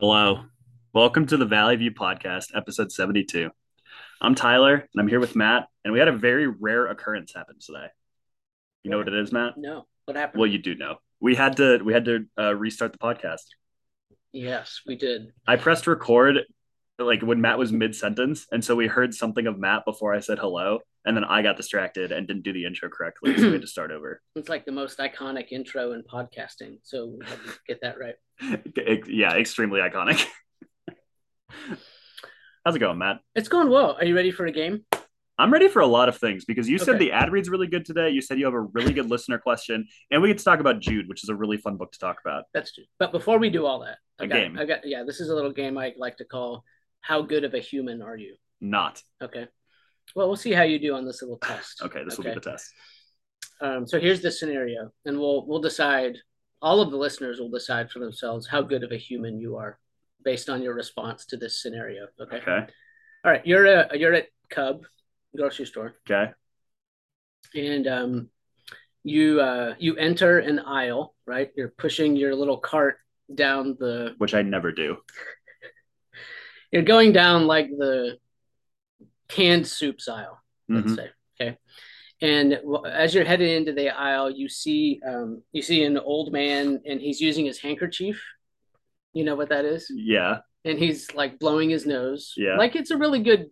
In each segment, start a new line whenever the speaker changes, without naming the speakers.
Hello. Welcome to the Valley View Podcast, episode 72. I'm Tyler, and I'm here with Matt, and we had a very rare occurrence happen today. You know what it is, Matt?
No. What happened?
Well, you do know. We had to we had to uh, restart the podcast.
yes, we did.
I pressed record like when Matt was mid sentence, and so we heard something of Matt before I said hello, and then I got distracted and didn't do the intro correctly, so we had to start over.
It's like the most iconic intro in podcasting. So we had to get that right.
Ex- yeah, extremely iconic. How's it going, Matt?
It's going well. Are you ready for a game?
I'm ready for a lot of things because you said
Okay.
the ad read's really good today. You said you have a really good listener question, and we get to talk about Jude, which is a really fun book to talk about.
That's true. But before we do all that,
A
I've got,
game.
I've got yeah, this is a little game I like to call How Good of a Human Are You?
Not
Okay. Well, we'll see how you do on this little test.
okay. This will be the test.
Um, so here's the scenario, and we'll we'll decide. All of the listeners will decide for themselves how good of a human you are, based on your response to this scenario. Okay.
Okay.
All right. You're a you're at Cub grocery store.
Okay.
and um, you uh, you enter an aisle, right? You're pushing your little cart down the.
Which I never do.
You're going down like the canned soups aisle, let's
Mhm.
say. Okay, and w- as you're headed into the aisle, you see um, you see an old man, and he's using his handkerchief. You know what that is?
Yeah.
And he's like blowing his nose.
Yeah.
like it's a really good.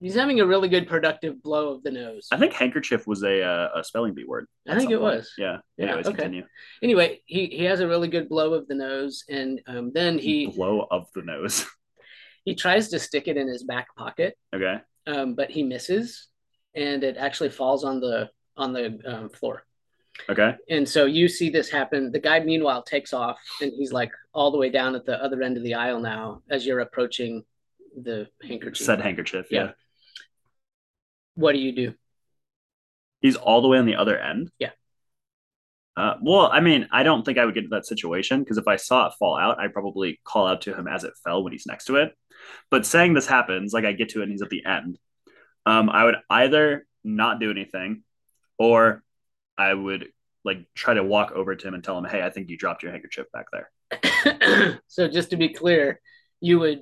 He's having a really good productive blow of the nose.
I think handkerchief was a uh, a spelling bee word.
I
at
think
some
it
point.
was.
Yeah.
Yeah,
Anyways,
okay.
continue.
Anyway, he, he has a really good blow of the nose, and um, then he
Blow of the nose.
he tries to stick it in his back pocket
okay.
um, but he misses and it actually falls on the on the um, floor
Okay.
and so you see this happen the guy meanwhile takes off and he's like all the way down at the other end of the aisle now as you're approaching the handkerchief
Said handkerchief. Yeah.
Yeah. what do you do
He's all the way on the other end.
Yeah.
Uh, well, I mean, I don't think I would get to that situation because if I saw it fall out, I'd probably call out to him as it fell when he's next to it. But saying this happens, like I get to it and he's at the end, um, I would either not do anything or I would like try to walk over to him and tell him, hey, I think you dropped your handkerchief back there.
so just to be clear you would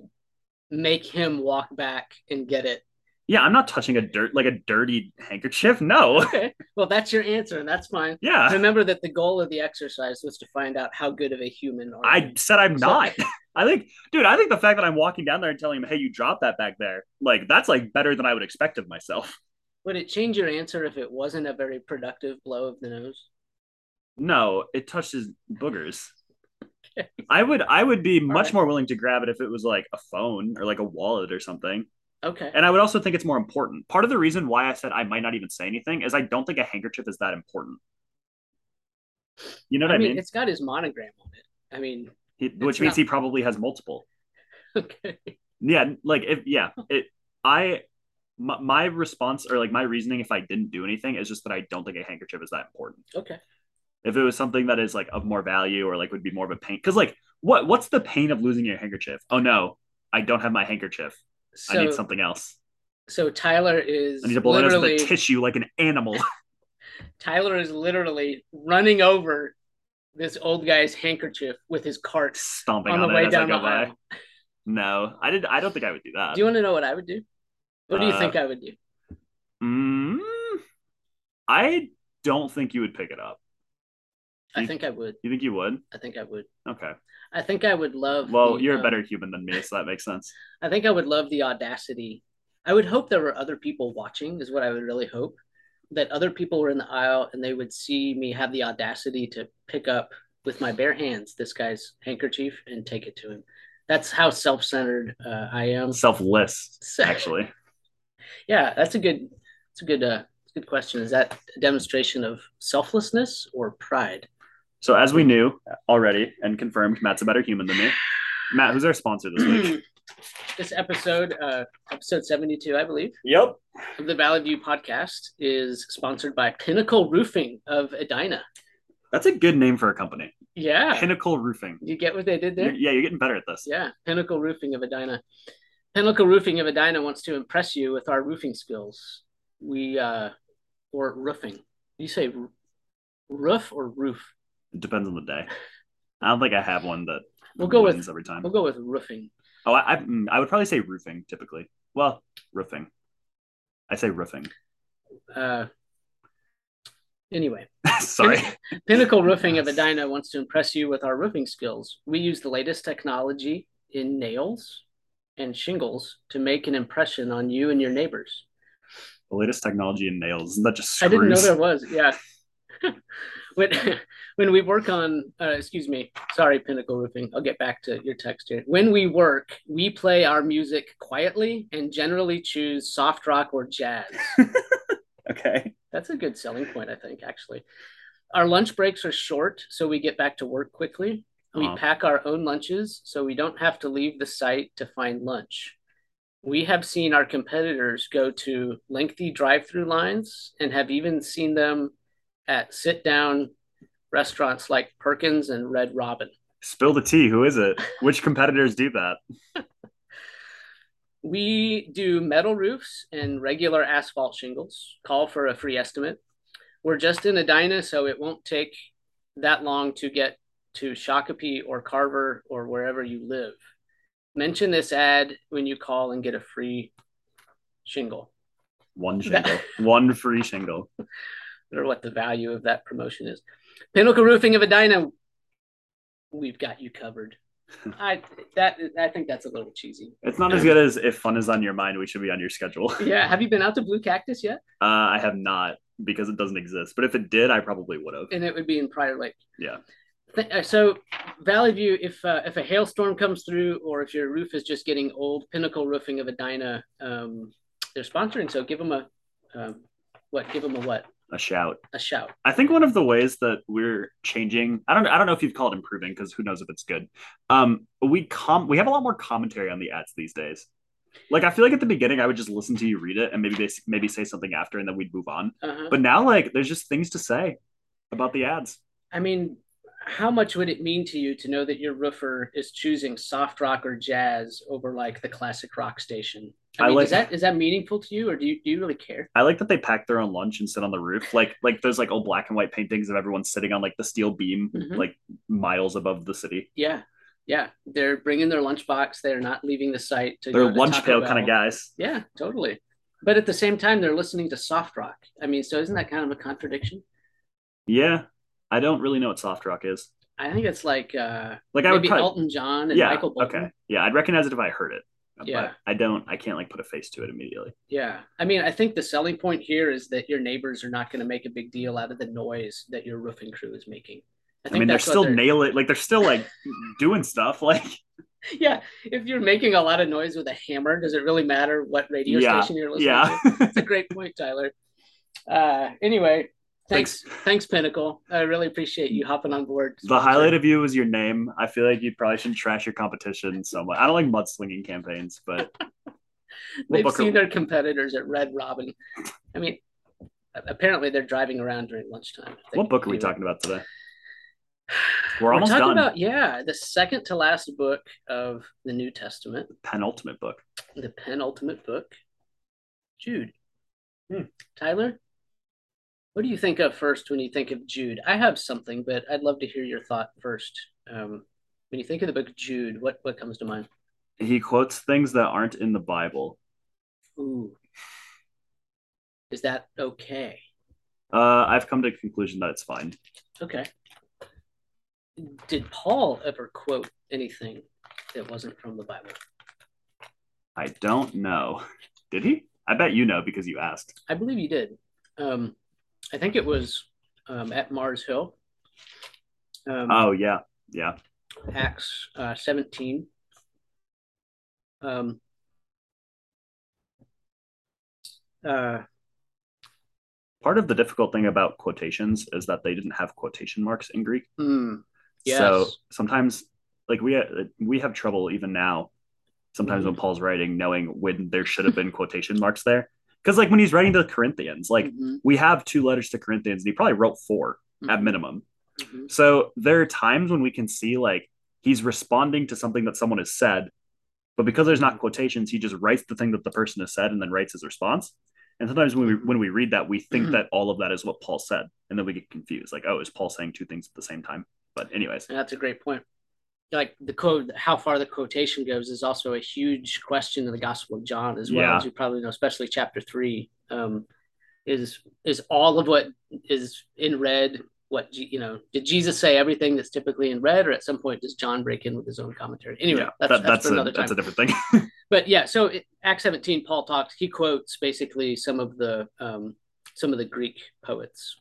make him walk back and get it
Yeah, I'm not touching a dirt, like a dirty handkerchief. No.
okay well that's your answer and that's fine
Yeah.
remember that the goal of the exercise was to find out how good of a human are you.
I said I'm
So-
not. I think, dude, I think the fact that I'm walking down there and telling him, "Hey, you dropped that back there," like that's like better than I would expect of myself.
Would it change your answer if it wasn't a very productive blow of the nose?
No, it touched his boogers. I would, I would be much
right.
more willing to grab it if it was like a phone or like a wallet or something.
Okay.
And I would also think it's more important. Part of the reason why I said I might not even say anything is I don't think a handkerchief is that important. You know what I, mean?
it's got his monogram on it. I mean,
He, which
it's
means
not-
he probably has multiple.
okay.
yeah like if yeah it i my, my response or like my reasoning if i didn't do anything is just that i don't think a handkerchief is that important
Okay.
if it was something that is like of more value or like would be more of a pain because like what what's the pain of losing your handkerchief oh no i don't have my handkerchief
So,
i need something else
so Tyler is
i need to blow my nose with a
literally
tissue like an animal
Tyler is literally running over this old guy's handkerchief with his cart
stomping
on
on,
the
it
way
as
down
i
the
go by
aisle.
no i did i don't think i would do that
Do you want to know what I would do? What do you
Uh,
think I would do?
mm, i don't think you would pick it up
I
you-
think I would.
you think you would
I think I would.
okay
I think I would love.
Well,
the,
you're a
um,
better human than me, so that makes sense.
I think I would love the audacity. I would hope there were other people watching, is what I would really hope. That other people were in the aisle and they would see me have the audacity to pick up with my bare hands this guy's handkerchief and take it to him. That's how self centered uh, I am.
Selfless,
So-
actually.
yeah, that's a good, that's a good, uh, good question. Is that a demonstration of selflessness or pride?
So, as we knew already and confirmed, Matt's a better human than me. Matt, who's our sponsor this week?
this episode, uh, episode 72, I believe.
yep.
The Valley View podcast is sponsored by Pinnacle Roofing of Edina.
That's a good name for a company.
Yeah.
Pinnacle Roofing.
you get what they did
You're-
there?
yeah, you're getting better at this.
Yeah. Pinnacle Roofing of Edina. Pinnacle Roofing of Edina wants to impress you with our roofing skills. We, uh, or roofing. You say r- roof or roof?
It depends on the day. I don't think I have one that
We'll go with-
wins every time.
We'll go with roofing.
Oh, I, I, mm, I would probably say roofing typically. Well, roofing. I say roofing.
Uh, anyway,
Sorry.
Pinnacle Roofing of Edina wants to impress you with our roofing skills. We use the latest technology in nails and shingles to make an impression on you and your neighbors.
the latest technology in nails. Isn't that just
I
screws?
didn't know there was. Yeah. when, when we work on, uh, excuse me, sorry, Pinnacle Roofing. I'll get back to your text here. When we work, we play our music quietly and generally choose soft rock or jazz.
Okay.
That's a good selling point, I think, actually. Our lunch breaks are short, so we get back to work quickly. We
Aw.
pack our own lunches, so we don't have to leave the site to find lunch. We have seen our competitors go to lengthy drive through lines and have even seen them at sit down restaurants like Perkins and Red Robin.
Spill the tea. Who is it? Which competitors do that?
We do metal roofs and regular asphalt shingles. Call for a free estimate. We're just in Edina, so it won't take that long to get to Shakopee or Carver or wherever you live. Mention this ad when you call and get a free shingle.
One
That-
shingle. One free shingle.
Or what the value of that promotion is. Pinnacle Roofing of Edina, we've got you covered. I that I think that's a little cheesy.
It's not as good as if fun is on your mind, we should be on your schedule. Uh,
Yeah, have you been out to Blue Cactus yet?
I have not because it doesn't exist. But if it did, I probably would have.
and it would be in Prior Lake.
Yeah.
Th- uh, so, Valley View, if uh, if a hailstorm comes through, or if your roof is just getting old, Pinnacle Roofing of Edina, um, they're sponsoring. So give them a um, what? Give them a what?
A shout.
A shout.
I think one of the ways that we're changing, I don't I don't know if you'd call it improving because who knows if it's good. Um we com we have a lot more commentary on the ads these days. Like I feel like at the beginning I would just listen to you read it and maybe they, maybe say something after and then we'd move on.
Uh-huh.
But now like there's just things to say about the ads.
I mean, how much would it mean to you to know that your roofer is choosing soft rock or jazz over like the classic rock station? I,
I
mean,
like-
is that is that meaningful to you, or do you do you really care?
I like that they pack their own lunch and sit on the roof. Like like those like old black and white paintings of everyone sitting on like the steel beam
Mhm.
like miles above the city.
Yeah, yeah. They're bringing their lunchbox. They're not leaving the site. To
They're
go to
lunch
Taco
pail
Bell.
kind of guys.
Yeah, totally. But at the same time, they're listening to soft rock. I mean, so isn't that kind of a contradiction?
Yeah. I don't really know what soft rock is.
I think it's like uh,
Like I would
maybe
probably
Elton John and
yeah,
Michael Bolton.
Okay. Yeah, I'd recognize it if I heard it.
Yeah.
But I don't I can't like put a face to it immediately.
Yeah. I mean, I think the selling point here is that your neighbors are not going to make a big deal out of the noise that your roofing crew is making.
I,
think
mean they're
that's what
still nail it like they're still like doing stuff. Like
Yeah. If you're making a lot of noise with a hammer, does it really matter what radio
Yeah,
station you're listening to?
yeah.
That's a great point, Tyler. Uh, anyway, thanks. Thanks, Pinnacle. I really appreciate you hopping on board.
the highlight of you is your name. I feel like you probably shouldn't trash your competition so much. I don't like mudslinging campaigns, but we'll
They've
book
seen
her-
their competitors at Red Robin. I mean, apparently they're driving around during lunchtime.
What book are we talking about today? We're almost
talking
done.
about yeah, the second to last book of the New Testament,
Penultimate book.
the penultimate book, Jude.
Hmm.
Tyler, what do you think of first when you think of Jude? I have something, but I'd love to hear your thought first. Um, when you think of the book Jude, what what comes to mind?
He quotes things that aren't in the Bible.
Ooh, is that okay?
Uh, I've come to the conclusion that it's fine.
Okay. Did Paul ever quote anything that wasn't from the Bible?
I don't know. Did he? I bet you know because you asked.
I believe he did. Um, I think it was um, at Mars Hill, um,
Oh yeah, yeah.
Acts uh, 17. Um, uh,
Part of the difficult thing about quotations is that they didn't have quotation marks in Greek.
hmm, yes.
So sometimes, like we uh, we have trouble even now. Sometimes
Mm.
when Paul's writing, knowing when there should have been quotation marks there, because like when he's writing to the Corinthians, like
Mhm,
we have two letters to Corinthians, and he probably wrote 4 at
mhm,
minimum.
mhm.
So there are times when we can see like he's responding to something that someone has said, but because there's
Mm-hmm.
not quotations, he just writes the thing that the person has said and then writes his response. And sometimes when we when we read that, we
Mm-hmm.
think that all of that is what Paul said, and then we get confused, like, oh, is Paul saying two things at the same time? But anyways,
That's a great point. like the code how far the quotation goes is also a huge question in the gospel of john as well
Yeah.
as you probably know especially chapter three um is is all of what is in red what Je- you know did jesus say everything that's typically in red or at some point does john break in with his own commentary anyway
Yeah,
that's,
that-
that's, for
a,
another time
that's a different thing.
but yeah so it, act 17 paul talks he quotes basically some of the um, some of the greek poets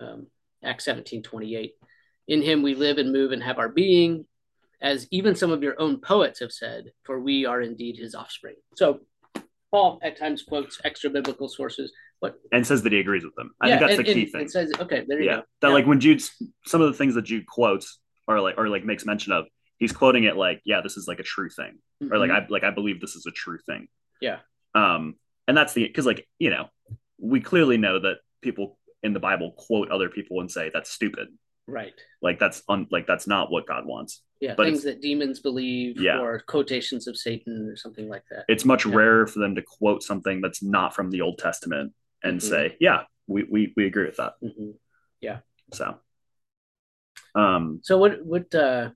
um, act 17 28 in him we live and move and have our being as even some of your own poets have said for we are indeed his offspring so paul at times quotes extra biblical sources
and says that he agrees with them. I
Yeah,
think that's
and-
the key
and
thing.
it says okay there you
yeah.
go
That
Yeah.
like when Jude's some of the things that Jude quotes or like or like makes mention of, he's quoting it like, yeah, this is like a true thing. or like
Mhm.
I like I believe this is a true thing.
Yeah.
Um, and that's the because like you know we clearly know that people in the Bible quote other people and say that's stupid.
right
Like that's un like that's not what God wants.
yeah
but
things that demons believe
Yeah.
or quotations of satan or something like that
It's much
Yeah.
rarer for them to quote something that's not from the Old Testament and
Mhm.
say, yeah, we we we agree with that.
Mhm.
So, um,
So what what uh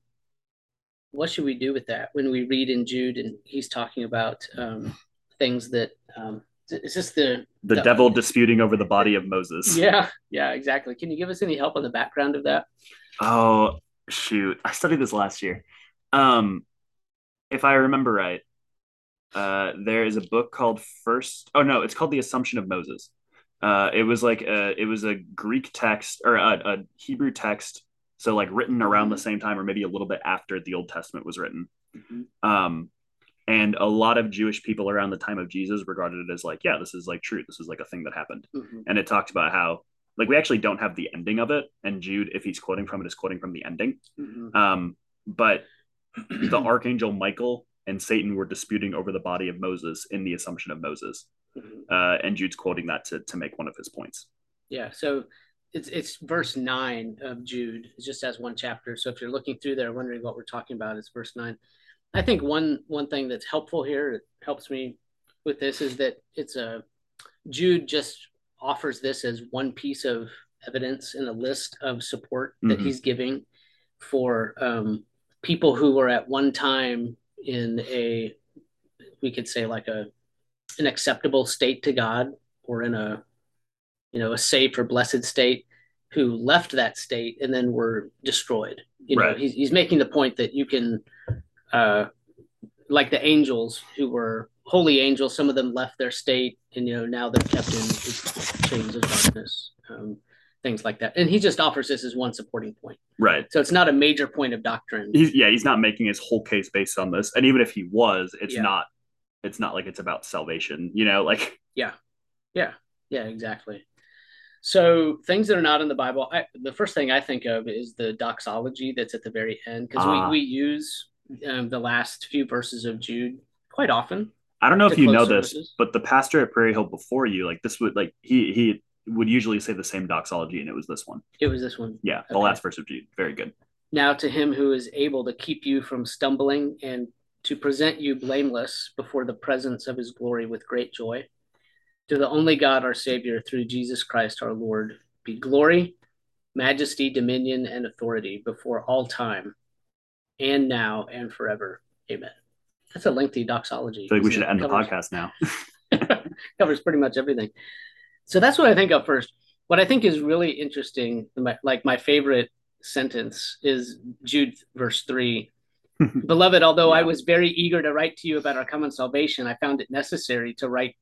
what should we do with that when we read in Jude and he's talking about um things that um is this the
the
Yeah.
devil disputing over the body of Moses.
yeah yeah exactly can you give us any help on the background of that
Oh shoot! I studied this last year. Um, if I remember right, uh, there is a book called First. Oh no, it's called The Assumption of Moses. Uh, it was like a, it was a Greek text or a, a Hebrew text, so like written around the same time or maybe a little bit after the Old Testament was written. Um, and a lot of Jewish people around the time of Jesus regarded it as like, yeah, this is like true. This is like a thing that happened
Mhm.
and it talked about how like we actually don't have the ending of it and jude if he's quoting from it is quoting from the ending
Mhm.
um, but the archangel michael and satan were disputing over the body of moses in the assumption of moses
Mhm.
uh, and jude's quoting that to, to make one of his points
yeah so it's it's verse 9 of Jude it just as one chapter so if you're looking through there wondering what we're talking about it's verse 9 I think one one thing that's helpful here it helps me with this is that it's a Jude just offers this as one piece of evidence in a list of support that
Mhm.
he's giving for um, people who were at one time in a we could say like a an acceptable state to God or in a you know a safe or blessed state who left that state and then were destroyed you know
Right.
he's, he's making the point that you can uh, like the angels who were holy angels. Some of them left their state, and you know now they're kept in chains of darkness, um, things like that. And he just offers this as one supporting point.
right
So it's not a major point of doctrine.
he's yeah he's not making his whole case based on this and even if he was it's
Yeah.
not it's not like it's about salvation you know like
Yeah, exactly. So things that are not in the Bible, I, the first thing I think of is the doxology that's at the very end because
Ah.
we, we use um, the last few verses of Jude quite often.
i don't know if
to
you
close
know this
services.
but the pastor at prairie hill before you like this would like he he would usually say the same doxology and it was this one
It was this one.
Yeah, the
Okay.
last verse of Jude. Very good.
Now to him who is able to keep you from stumbling and to present you blameless before the presence of his glory with great joy. To the only God, our Savior, through Jesus Christ our Lord, be glory, majesty, dominion, and authority before all time, and now and forever. Amen. That's a lengthy doxology.
I feel like we
isn't
should
it?
end the
Covers-
podcast now.
covers pretty much everything. So that's what I think of first. What I think is really interesting, my, like my favorite sentence is Jude verse three. Beloved, although I
Yeah.
was very eager to write to you about our common salvation, I found it necessary to write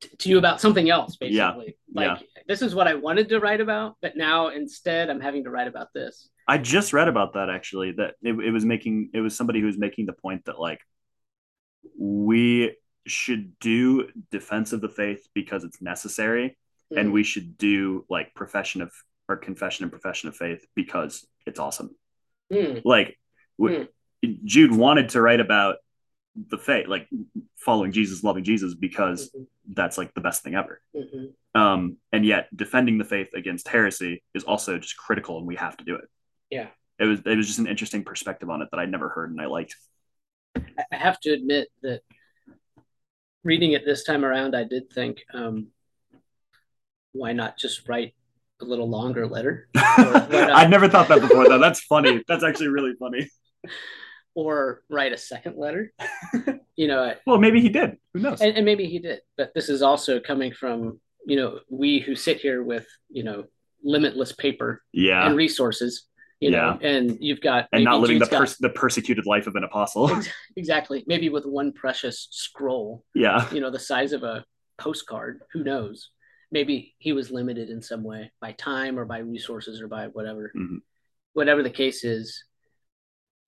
t- to you about something else,
Yeah.
basically. Like this is what I wanted to write about, but now instead I'm having to write about this.
I just read about that actually. That it, it was making it was somebody who was making the point that like we should do defense of the faith because it's necessary, and we should do like profession of or confession and profession of faith because it's awesome.
Mm,
Like w- Jude wanted to write about the faith, like following Jesus, loving Jesus, because
mhm,
that's like the best thing ever.
mhm.
um, and yet defending the faith against heresy is also just critical, and we have to do it.
Yeah.
it was it was just an interesting perspective on it that I never heard and I liked.
I- I have to admit that reading it this time around, I did think, um, why not just write a little longer letter?
I never thought that before though. That's funny. That's actually really funny.
or write a second letter. you know,
Well, maybe he did. Who knows?
and, and maybe he did, but this is also coming from you know we who sit here with you know limitless paper
yeah.
and resources. You know, and you've got
And not
maybe
living the
Jude's got-
pers- the persecuted life of an apostle.
exactly maybe with one precious scroll
yeah.
you know, the size of a postcard. Who knows? Maybe he was limited in some way by time or by resources or by whatever.
Mhm.
Whatever the case is,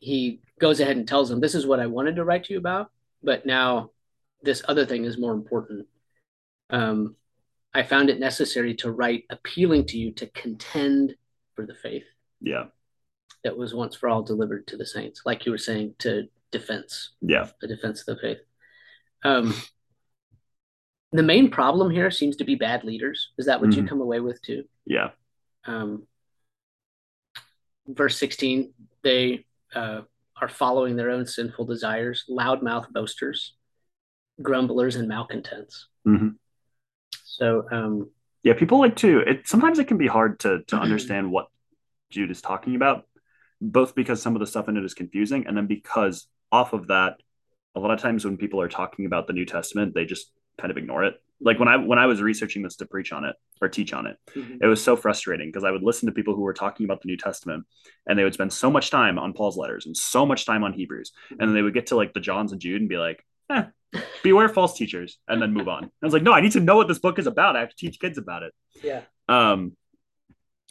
he goes ahead and tells them, This is what I wanted to write to you about, but now this other thing is more important. Um, I found it necessary to write appealing to you to contend for the faith
Yeah.
that was once for all delivered to the saints, like you were saying, to defense
Yeah.
the defense of the faith. Um, the main problem here seems to be bad leaders. Is that what you
Mhm.
come away with too?
Yeah.
Um, verse 16, they uh, are following their own sinful desires, loudmouth boasters, grumblers, and malcontents.
Mhm.
So, um,
Yeah. People like to, it sometimes it can be hard to, to understand what Jude is talking about, both because some of the stuff in it is confusing, and then because off of that, a lot of times when people are talking about the New Testament, they just kind of ignore it. Like when I when I was researching this to preach on it or teach on it, it was so frustrating because I would listen to people who were talking about the New Testament and they would spend so much time on Paul's letters and so much time on Hebrews. And then they would get to like the Johns and Jude and be like, eh, beware false teachers and then move on. I was like, no, I need to know what this book is about. I have to teach kids about it.
yeah.
Um,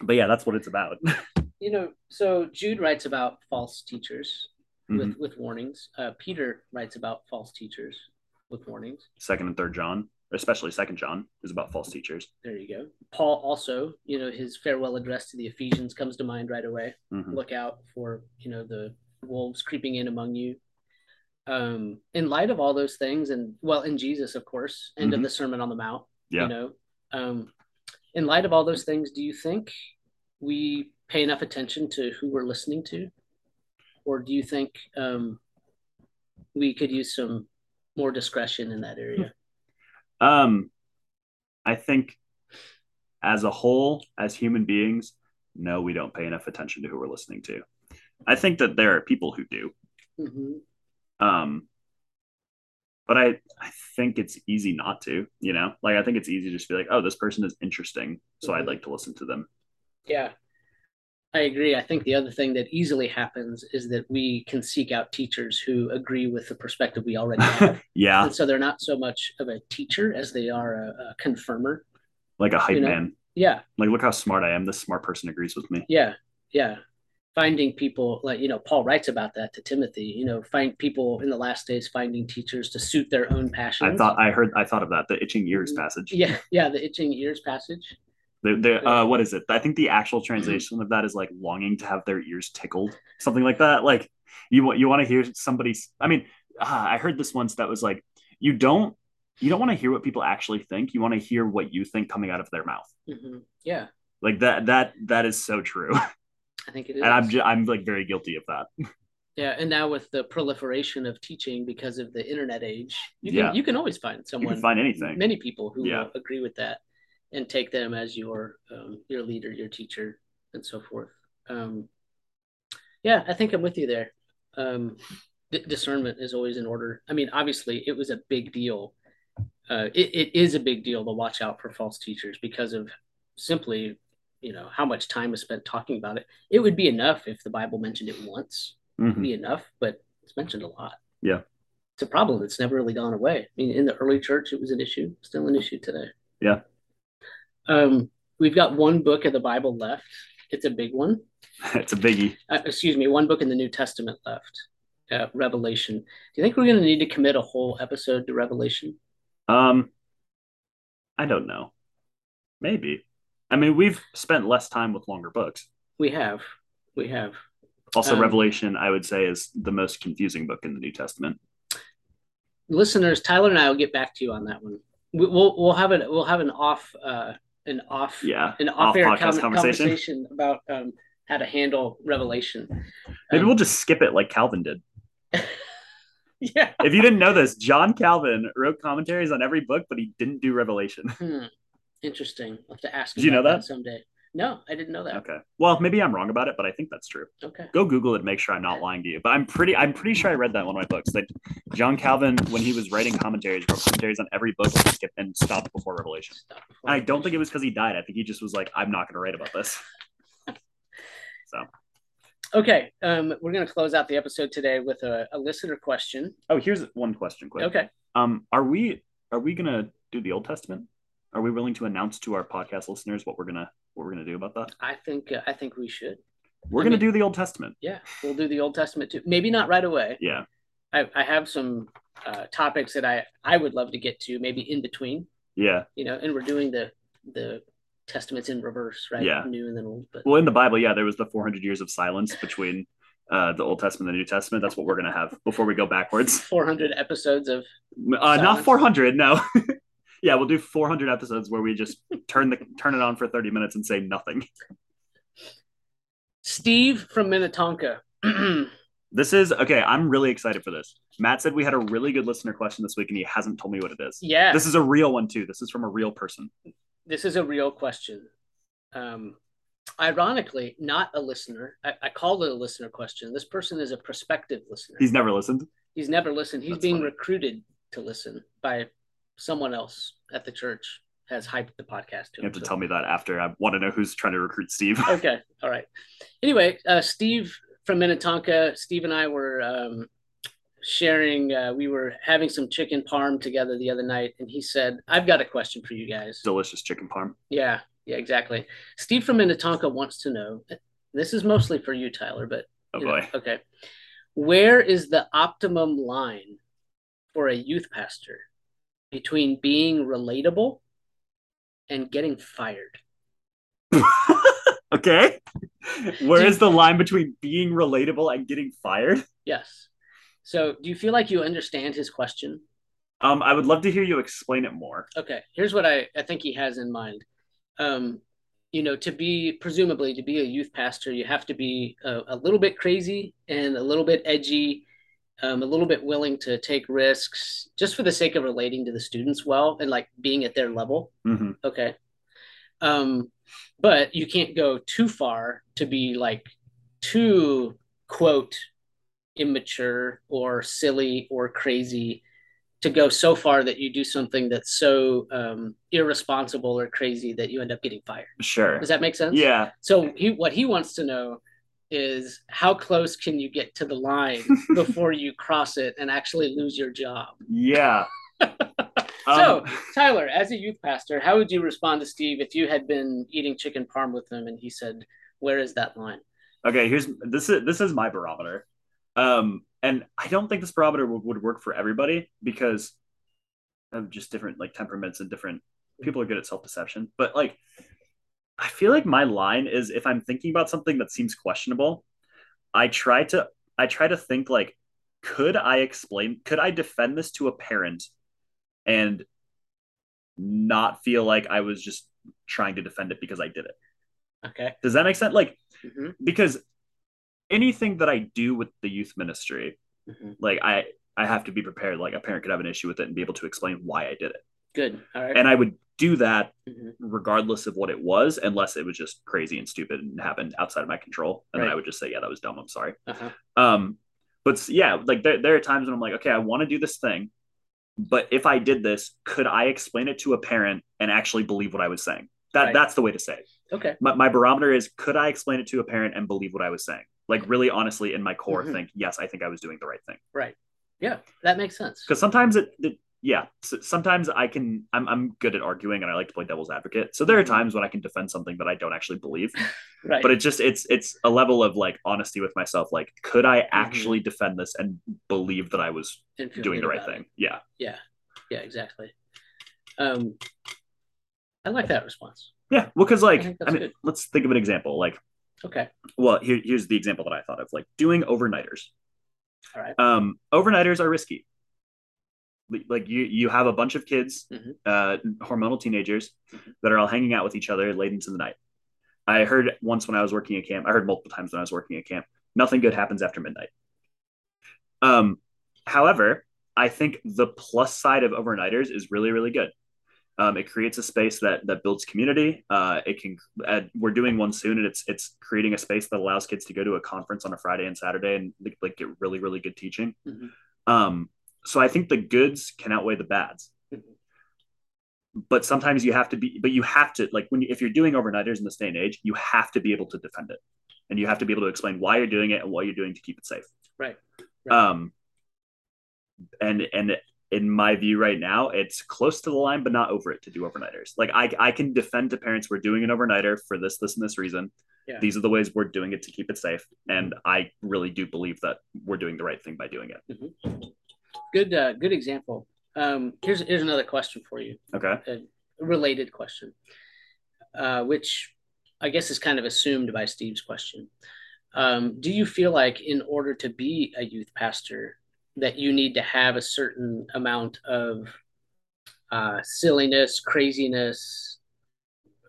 but yeah, that's what it's about.
you know, so Jude writes about false teachers
Mhm.
with, with warnings. Uh, Peter writes about false teachers with warnings.
Second and third John, especially second John, is about false teachers.
There you go. Paul also, you know, his farewell address to the Ephesians comes to mind right away.
Mhm.
Look out for, you know, the wolves creeping in among you. Um, in light of all those things, and well, in Jesus, of course, end of
Mhm.
the Sermon on the Mount,
Yeah.
you know, um, in light of all those things, do you think we pay enough attention to who we're listening to? Or do you think um, we could use some more discretion in that area?
Um, I think as a whole, as human beings, no, we don't pay enough attention to who we're listening to. I think that there are people who do.
hmm
Um, but I, I think it's easy not to, you know, like I think it's easy to just be like, oh, this person is interesting. So
Mm-hmm.
I'd like to listen to them.
Yeah. I agree. I think the other thing that easily happens is that we can seek out teachers who agree with the perspective we already have.
yeah.
and so they're not so much of a teacher as they are a, a confirmer.
Like a hype
You know?
man.
Yeah.
Like, look how smart I am. This smart person agrees with me.
Yeah. Yeah. Finding people like, you know, Paul writes about that to Timothy, you know, find people in the last days finding teachers to suit their own passions.
I thought I heard I thought of that the itching ears
Mhm.
passage.
yeah. Yeah. The itching ears passage.
The, the,
Yeah. Mm-hmm.
uh, what is it? I think the actual translation of that is like longing to have their ears tickled, something like that. Like you want you want to hear somebody's. I mean, ah, I heard this once that was like you don't you don't want to hear what people actually think. You want to hear what you think coming out of their mouth.
hmm Yeah.
Like that that that is so true,
I think it is.
and I'm ju- I'm like very guilty of that.
Yeah, and now with the proliferation of teaching because of the internet age, you
Yeah.
can you can always find
You
someone,
can find anything.
many people who
Yeah.
will agree with that, and take them as your um, your leader, your teacher, and so forth. Um, yeah, I think I'm with you there. Um, d- discernment is always in order. I mean, obviously, it was a big deal. Uh, it, it is a big deal to watch out for false teachers because of simply, you know, how much time is spent talking about it. It would be enough if the Bible mentioned it once
Mhm.
be enough, but it's mentioned a lot.
Yeah.
It's a problem that's never really gone away. I mean, in the early church, it was an issue, still an issue today.
Yeah.
Um, we've got one book of the Bible left. It's a big one.
it's a biggie.
Uh, excuse me, one book in the New Testament left, uh, Revelation. Do you think we're going to need to commit a whole episode to Revelation?
Um, I don't know. Maybe. I mean, we've spent less time with longer books.
We have. We have.
Also,
Um,
Revelation, I would say, is the most confusing book in the New Testament.
listeners, Tyler and I will get back to you on that one. We, we'll we'll have an we'll have an off uh, an off
Yeah.
an off-air
Off-podcast
com-
conversation?
conversation. about um, how to handle revelation.
Maybe
Um,
we'll just skip it like Calvin did.
yeah.
If you didn't know this, John Calvin wrote commentaries on every book, but he didn't do Revelation.
Hmm. Interesting. I'll have to ask.
Did you
about
know that?
someday? No, I didn't know that.
Okay. Well, maybe I'm wrong about it, but I think that's true.
Okay.
Go Google it and make sure I'm not lying to you. But I'm pretty I'm pretty sure I read that in one of my books that John Calvin, when he was writing commentaries, wrote commentaries on every book and skipped and stopped before Revelation.
Stop.
And I don't think it was because he died. I think he just was like, I'm not gonna write about this.
Okay, um, we're gonna close out the episode today with a, a listener question.
Oh, here's one question quick.
Okay.
Um, are we are we gonna do the Old Testament? Are we willing to announce to our podcast listeners what we're gonna what we're gonna do about that?
I think uh, I think we should.
We're
I
gonna
mean-
do the Old Testament.
Yeah, we'll do the Old Testament too. Maybe not right away.
Yeah.
I, I have some uh, topics that I I would love to get to, maybe in between.
Yeah.
You know, and we're doing the the testaments in reverse, right?
Yeah.
New and then old. But
Well, in the Bible, yeah, there was the 400 years of silence between uh, the Old Testament and the New Testament. That's what we're gonna have before we go backwards.
400 episodes of
Uh, not
Silence.
400, no. yeah, we'll do 400 episodes where we just turn the turn it on for 30 minutes and say nothing.
Steve from Minnetonka.
This is okay. I'm really excited for this. Matt said we had a really good listener question this week, and he hasn't told me what it is.
yeah,
This is a real one too. This is from a real person.
this is a real question. Um, ironically, not a listener. I, I called it a listener question. This person is a prospective listener.
He's never listened.
He's never listened. He's
That's
being
funny.
recruited to listen by someone else at the church has hyped the podcast
You
to him.
have to
so-
tell me that after. I want to know who's trying to recruit Steve.
okay. All right. Anyway, uh, Steve from Minnetonka, Steve and I were um, sharing, uh, we were having some chicken parm together the other night, and he said, I've got a question for you guys.
Delicious chicken parm.
Yeah, yeah, exactly. Steve from Minnetonka wants to know this is mostly for you, Tyler, but
Oh
you know,
boy.
okay. Where is the optimum line for a youth pastor between being relatable and getting fired?
okay. Where
Dude.
is the line between being relatable and getting fired?
Yes. So, do you feel like you understand his question?
Um, I would love to hear you explain it more.
Okay, here's what I, I think he has in mind. Um, you know, to be presumably to be a youth pastor, you have to be a, a little bit crazy and a little bit edgy, um, a little bit willing to take risks just for the sake of relating to the students well and like being at their level.
Mhm.
Okay. Um, but you can't go too far to be like too quote immature or silly or crazy to go so far that you do something that's so um, irresponsible or crazy that you end up getting fired.
Sure.
Does that make sense?
Yeah.
So he what he wants to know is how close can you get to the line before you cross it and actually lose your job?
Yeah.
So-
Um,
Tyler, as a youth pastor, how would you respond to Steve if you had been eating chicken parm with him and he said, "Where is that line?"
okay, here's this is this is my barometer. Um, and I don't think this barometer would, would work for everybody because of just different like temperaments and different people are good at self-deception. But like I feel like my line is if I'm thinking about something that seems questionable, I try to I try to think like, could I explain could I defend this to a parent and not feel like I was just trying to defend it because I did it?
Okay.
Does that make sense? Like
Mhm.
because anything that I do with the youth ministry,
Mhm.
like I I have to be prepared. Like a parent could have an issue with it and be able to explain why I did it.
Good. All right.
And I would do that
Mhm.
regardless of what it was, unless it was just crazy and stupid and happened outside of my control. And then
Right.
I would just say, yeah, that was dumb. I'm sorry.
Uh-huh.
Um, but s- yeah, like there, there are times when I'm like, okay, I want to do this thing, but if I did this, could I explain it to a parent and actually believe what I was saying? That
Right.
that's the way to say it
Okay.
my, my barometer is could I explain it to a parent and believe what I was saying? Like really honestly in my core
Mhm.
think, yes, I think I was doing the right thing.
Yeah, that makes sense.
Cuz sometimes it, it yeah, s- sometimes I can I'm I'm good at arguing and I like to play devil's advocate. So there are
Mhm.
times when I can defend something that I don't actually believe,
Right.
but it just it's it's a level of like honesty with myself like could I actually defend this and believe that I was
And feel
doing
Mm-hmm. good
the right
about it.
thing? Yeah.
Yeah, exactly. Um, I like that response.
Yeah, well cuz like
I think
I,
that's
mean,
good.
let's think of an example like
Okay.
well here, here's the example that i thought of like doing overnighters
All right.
um overnighters are risky Li- like you you have a bunch of kids
Mhm.
uh hormonal teenagers
Mm-hmm.
that are all hanging out with each other late into the night i heard once when i was working at camp i heard multiple times when i was working at camp nothing good happens after midnight um however i think the plus side of overnighters is really really good Um, it creates a space that that builds community. Uh, it can. Uh, we're doing one soon, and it's it's creating a space that allows kids to go to a conference on a Friday and Saturday and like get really really good teaching.
Mhm.
Um, so I think the goods can outweigh the bads.
Mhm. Mm-hmm.
But sometimes you have to be. But you have to like when you, if you're doing overnighters in this day and age, you have to be able to defend it, and you have to be able to explain why you're doing it and what you're doing to keep it safe.
Right. Right.
Um. And and in my view right now, it's close to the line, but not over it to do overnighters. Like I, I can defend to parents, we're doing an overnighter for this, this, and this reason.
Yeah.
These are the ways we're doing it to keep it safe. And I really do believe that we're doing the right thing by doing it.
Good, uh, good example. Um, here's here's another question for you.
Okay.
related question, uh, which I guess is kind of assumed by Steve's question. Um, do you feel like, in order to be a youth pastor, that you need to have a certain amount of uh, silliness, craziness,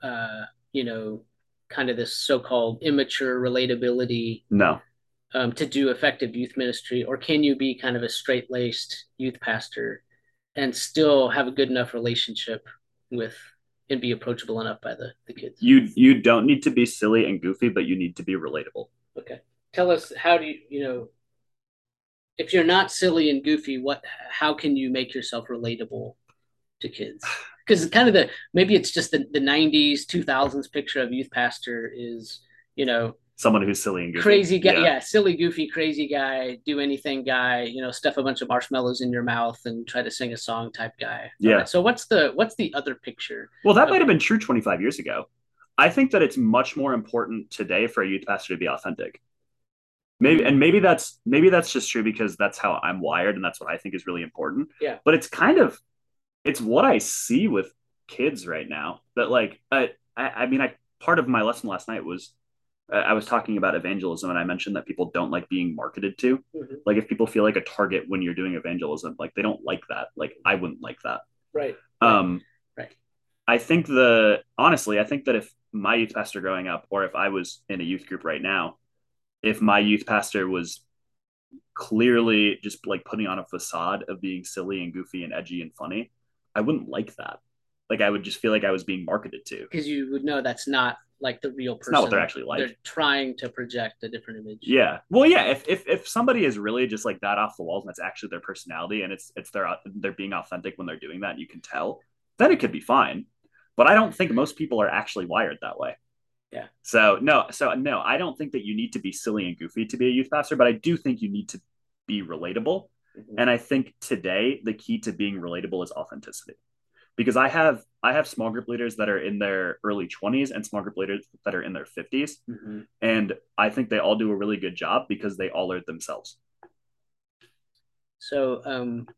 uh, you know, kind of this so called immature relatability
No.
um, to do effective youth ministry? Or can you be kind of a straight laced youth pastor and still have a good enough relationship with and be approachable enough by the, the kids?
You you don't need to be silly and goofy, but you need to be relatable.
Okay. Tell us how do you, you know, if you're not silly and goofy, what, how can you make yourself relatable to kids? Because kind of the, maybe it's just the, the 90s, 2000s picture of youth pastor is, you know,
Someone who's silly and goofy.
crazy guy yeah. silly goofy crazy guy do anything guy you know stuff a bunch of marshmallows in your mouth and try to sing a song type guy
Yeah.
Alright, so what's the what's the other picture
Well, that might have been true 25 years ago. I think that it's much more important today for a youth pastor to be authentic. Maybe and maybe that's maybe that's just true because that's how I'm wired and that's what I think is really important.
Yeah.
But it's kind of it's what I see with kids right now that like I I, I mean I part of my lesson last night was uh, I was talking about evangelism and I mentioned that people don't like being marketed to like if people feel like a target when you're doing evangelism like they don't like that like I wouldn't like that
right
um,
Right.
I think the honestly, I think that if my youth pastor growing up, or if I was in a youth group right now, if my youth pastor was clearly just like putting on a facade of being silly and goofy and edgy and funny, I wouldn't like that. Like I would just feel like I was being marketed to.
because you would know that's not like the real
It's
person
not what they're actually like.
They're trying to project a different image
Yeah. Well, yeah. If, if if somebody is really just like that off the walls and that's actually their personality and it's it's their they're being authentic when they're doing that and you can tell, then it could be fine. But I don't think most people are actually wired that way.
Yeah.
So no, so no, I don't think that you need to be silly and goofy to be a youth pastor, but I do think you need to be relatable.
Mhm.
And I think today the key to being relatable is authenticity. Because I have I have small group leaders that are in their early 20s and small group leaders that are in their 50s
Mhm.
and I think they all do a really good job because they all are themselves.
so um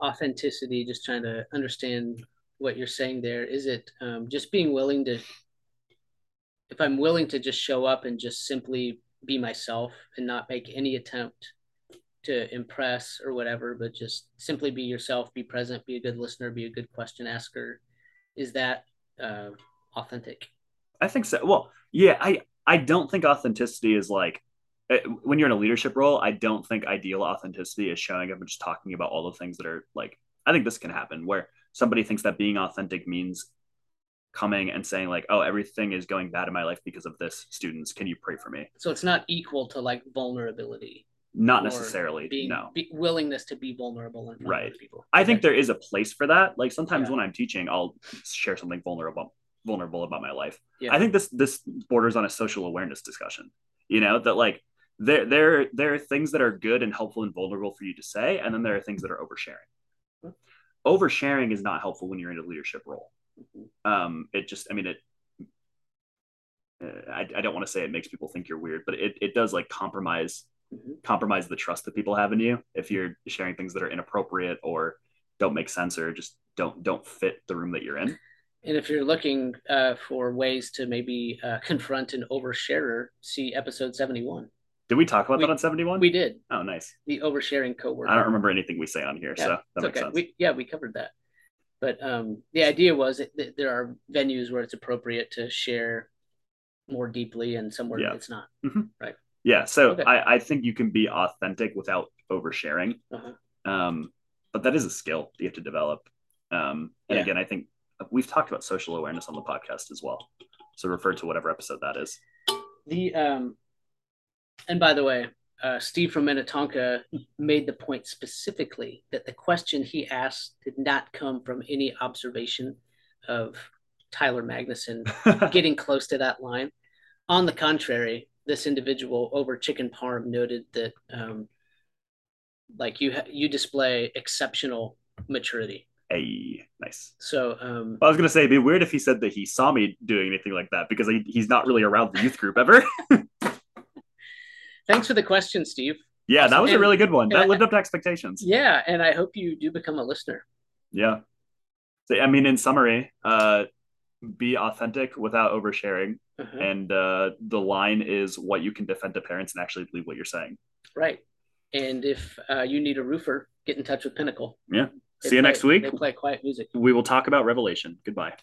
authenticity just trying to understand what you're saying there is it um, just being willing to if i'm willing to just show up and just simply be myself and not make any attempt to impress or whatever but just simply be yourself be present be a good listener be a good question asker is that uh, authentic
I think so. Well, yeah, I I don't think authenticity is like eh, when you're in a leadership role. I don't think ideal authenticity is showing up and just talking about all the things that are like. I think this can happen where somebody thinks that being authentic means coming and saying like, "Oh, everything is going bad in my life because of this." Students, can you pray for me?
so it's not equal to like vulnerability
Not
Or
necessarily.
being
no.
be, willingness to be vulnerable in front
Right.
of other people
I think
Okay.
there is a place for that. Like sometimes
Yeah.
when I'm teaching, I'll share something vulnerable vulnerable about my life.
Yeah.
I think this this borders on a social awareness discussion. You know, that like there there there are things that are good and helpful and vulnerable for you to say, and then there are things that are oversharing. Oversharing is not helpful when you're in a leadership role. Um, it just, I mean, it. uh, I, I don't want to say it makes people think you're weird, but it, it does like compromise
Mhm.
compromise the trust that people have in you if you're sharing things that are inappropriate or don't make sense or just don't don't fit the room that you're in.
And if you're looking uh, for ways to maybe uh, confront an oversharer, see episode 71.
Did we talk about
We-
that on 71?
We did
oh, nice.
the oversharing coworker.
I don't remember anything we say on here,
Yeah,
so that
It's
makes
okay.
sense.
We, yeah, we covered that. But um, the idea was that th- there are venues where it's appropriate to share more deeply and somewhere
Yeah.
it's not.
yeah, so
Okay.
I, I think you can be authentic without oversharing.
Uh-huh.
Um, but that is a skill you have to develop. Um, and
Yeah.
again, I think we've talked about social awareness on the podcast as well. So refer to whatever episode that is.
The um, and by the way, uh, Steve from Minnetonka made the point specifically that the question he asked did not come from any observation of Tyler Magnuson getting close to that line. On the contrary, this individual over chicken parm noted that, um, like you, ha- you display exceptional maturity.
hey, nice.
So, um,
Well, I was gonna say it'd be weird if he said that he saw me doing anything like that because he, he's not really around the youth group ever.
thanks for the question, Steve.
yeah, that was a
And-
really good one. That
and-
lived up to expectations.
Yeah, and I hope you do become a listener.
Yeah. So, I mean, in summary, uh, be authentic without oversharing.
Uh-huh.
And uh, the line is what you can defend to parents and actually believe what you're saying.
Right. And if uh, you need a roofer, get in touch with Pinnacle.
Yeah.
They
See you
play-
next week.
They play quiet music.
We will talk about Revelation. Goodbye.